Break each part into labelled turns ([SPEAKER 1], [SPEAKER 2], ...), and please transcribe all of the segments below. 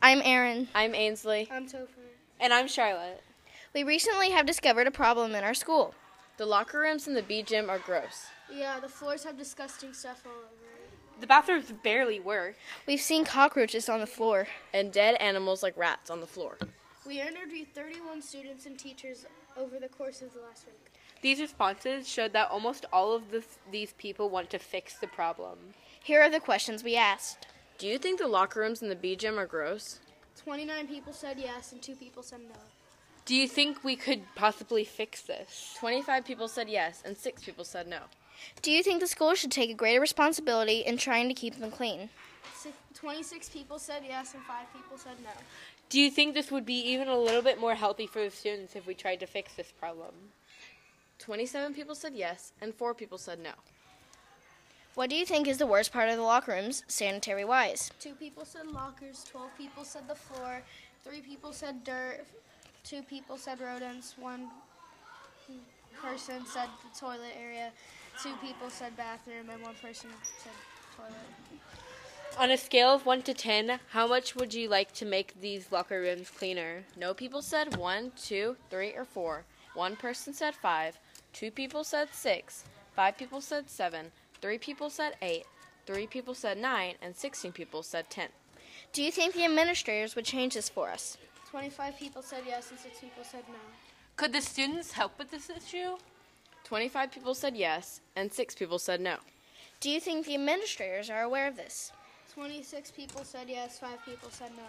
[SPEAKER 1] I'm Erin.
[SPEAKER 2] I'm Ainsley.
[SPEAKER 3] I'm Topher.
[SPEAKER 4] And I'm Charlotte.
[SPEAKER 1] We recently have discovered a problem in our school.
[SPEAKER 2] The locker rooms in the B gym are gross.
[SPEAKER 3] Yeah, the floors have disgusting stuff all over it.
[SPEAKER 4] The bathrooms barely work.
[SPEAKER 1] We've seen cockroaches on the floor.
[SPEAKER 2] And dead animals like rats on the floor.
[SPEAKER 3] We interviewed 31 students and teachers over the course of the last week.
[SPEAKER 4] These responses showed that almost all of this, these people want to fix the problem.
[SPEAKER 1] Here are the questions we asked.
[SPEAKER 2] Do you think the locker rooms in the B gym are gross?
[SPEAKER 3] 29 people said yes and two people said no.
[SPEAKER 4] Do you think we could possibly fix this?
[SPEAKER 2] 25 people said yes, and 6 people said no.
[SPEAKER 1] Do you think the school should take a greater responsibility in trying to keep them clean?
[SPEAKER 3] Six, 26 people said yes and 5 people said no.
[SPEAKER 4] Do you think this would be even a little bit more healthy for the students if we tried to fix this problem?
[SPEAKER 2] 27 people said yes, and 4 people said no.
[SPEAKER 1] What do you think is the worst part of the locker rooms, sanitary wise?
[SPEAKER 3] 2 people said lockers, 12 people said the floor, 3 people said dirt, 2 people said rodents, 1 person said the toilet area, 2 people said bathroom, and 1 person said toilet.
[SPEAKER 4] On a scale of 1 to 10, how much would you like to make these locker rooms cleaner?
[SPEAKER 2] No people said 1, 2, 3, or 4. One person said 5, 2 people said 6, 5 people said 7, 3 people said 8, 3 people said 9, and 16 people said 10.
[SPEAKER 1] Do you think the administrators would change this for us?
[SPEAKER 3] 25 people said yes and 6 people said no.
[SPEAKER 4] Could the students help with this issue?
[SPEAKER 2] 25 people said yes, and 6 people said no.
[SPEAKER 1] Do you think the administrators are aware of this?
[SPEAKER 3] 26 people said yes, 5 people said no.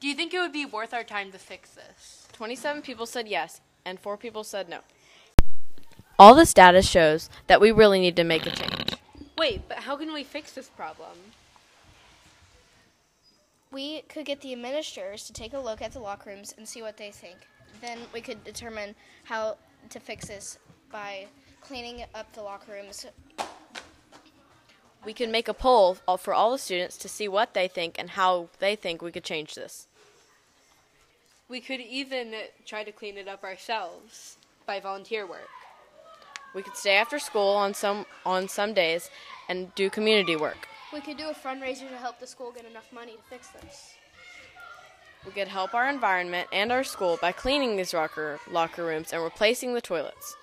[SPEAKER 4] Do you think it would be worth our time to fix this?
[SPEAKER 2] 27 people said yes, and 4 people said no. All this data shows that we really need to make a change.
[SPEAKER 4] Wait, but how can we fix this problem?
[SPEAKER 1] We could get the administrators to take a look at the locker rooms and see what they think. Then we could determine how to fix this by cleaning up the locker rooms.
[SPEAKER 2] We can make a poll all- for all the students to see what they think and how they think we could change this.
[SPEAKER 4] We could even try to clean it up ourselves by volunteer work.
[SPEAKER 2] We could stay after school on some on some days and do community work.
[SPEAKER 3] We could do a fundraiser to help the school get enough money to fix this.
[SPEAKER 2] We could help our environment and our school by cleaning these locker locker rooms and replacing the toilets.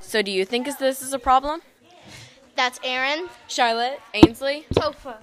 [SPEAKER 2] So do you think is this is a problem?
[SPEAKER 1] That's Aaron.
[SPEAKER 2] Charlotte, Ainsley,
[SPEAKER 3] Tofa.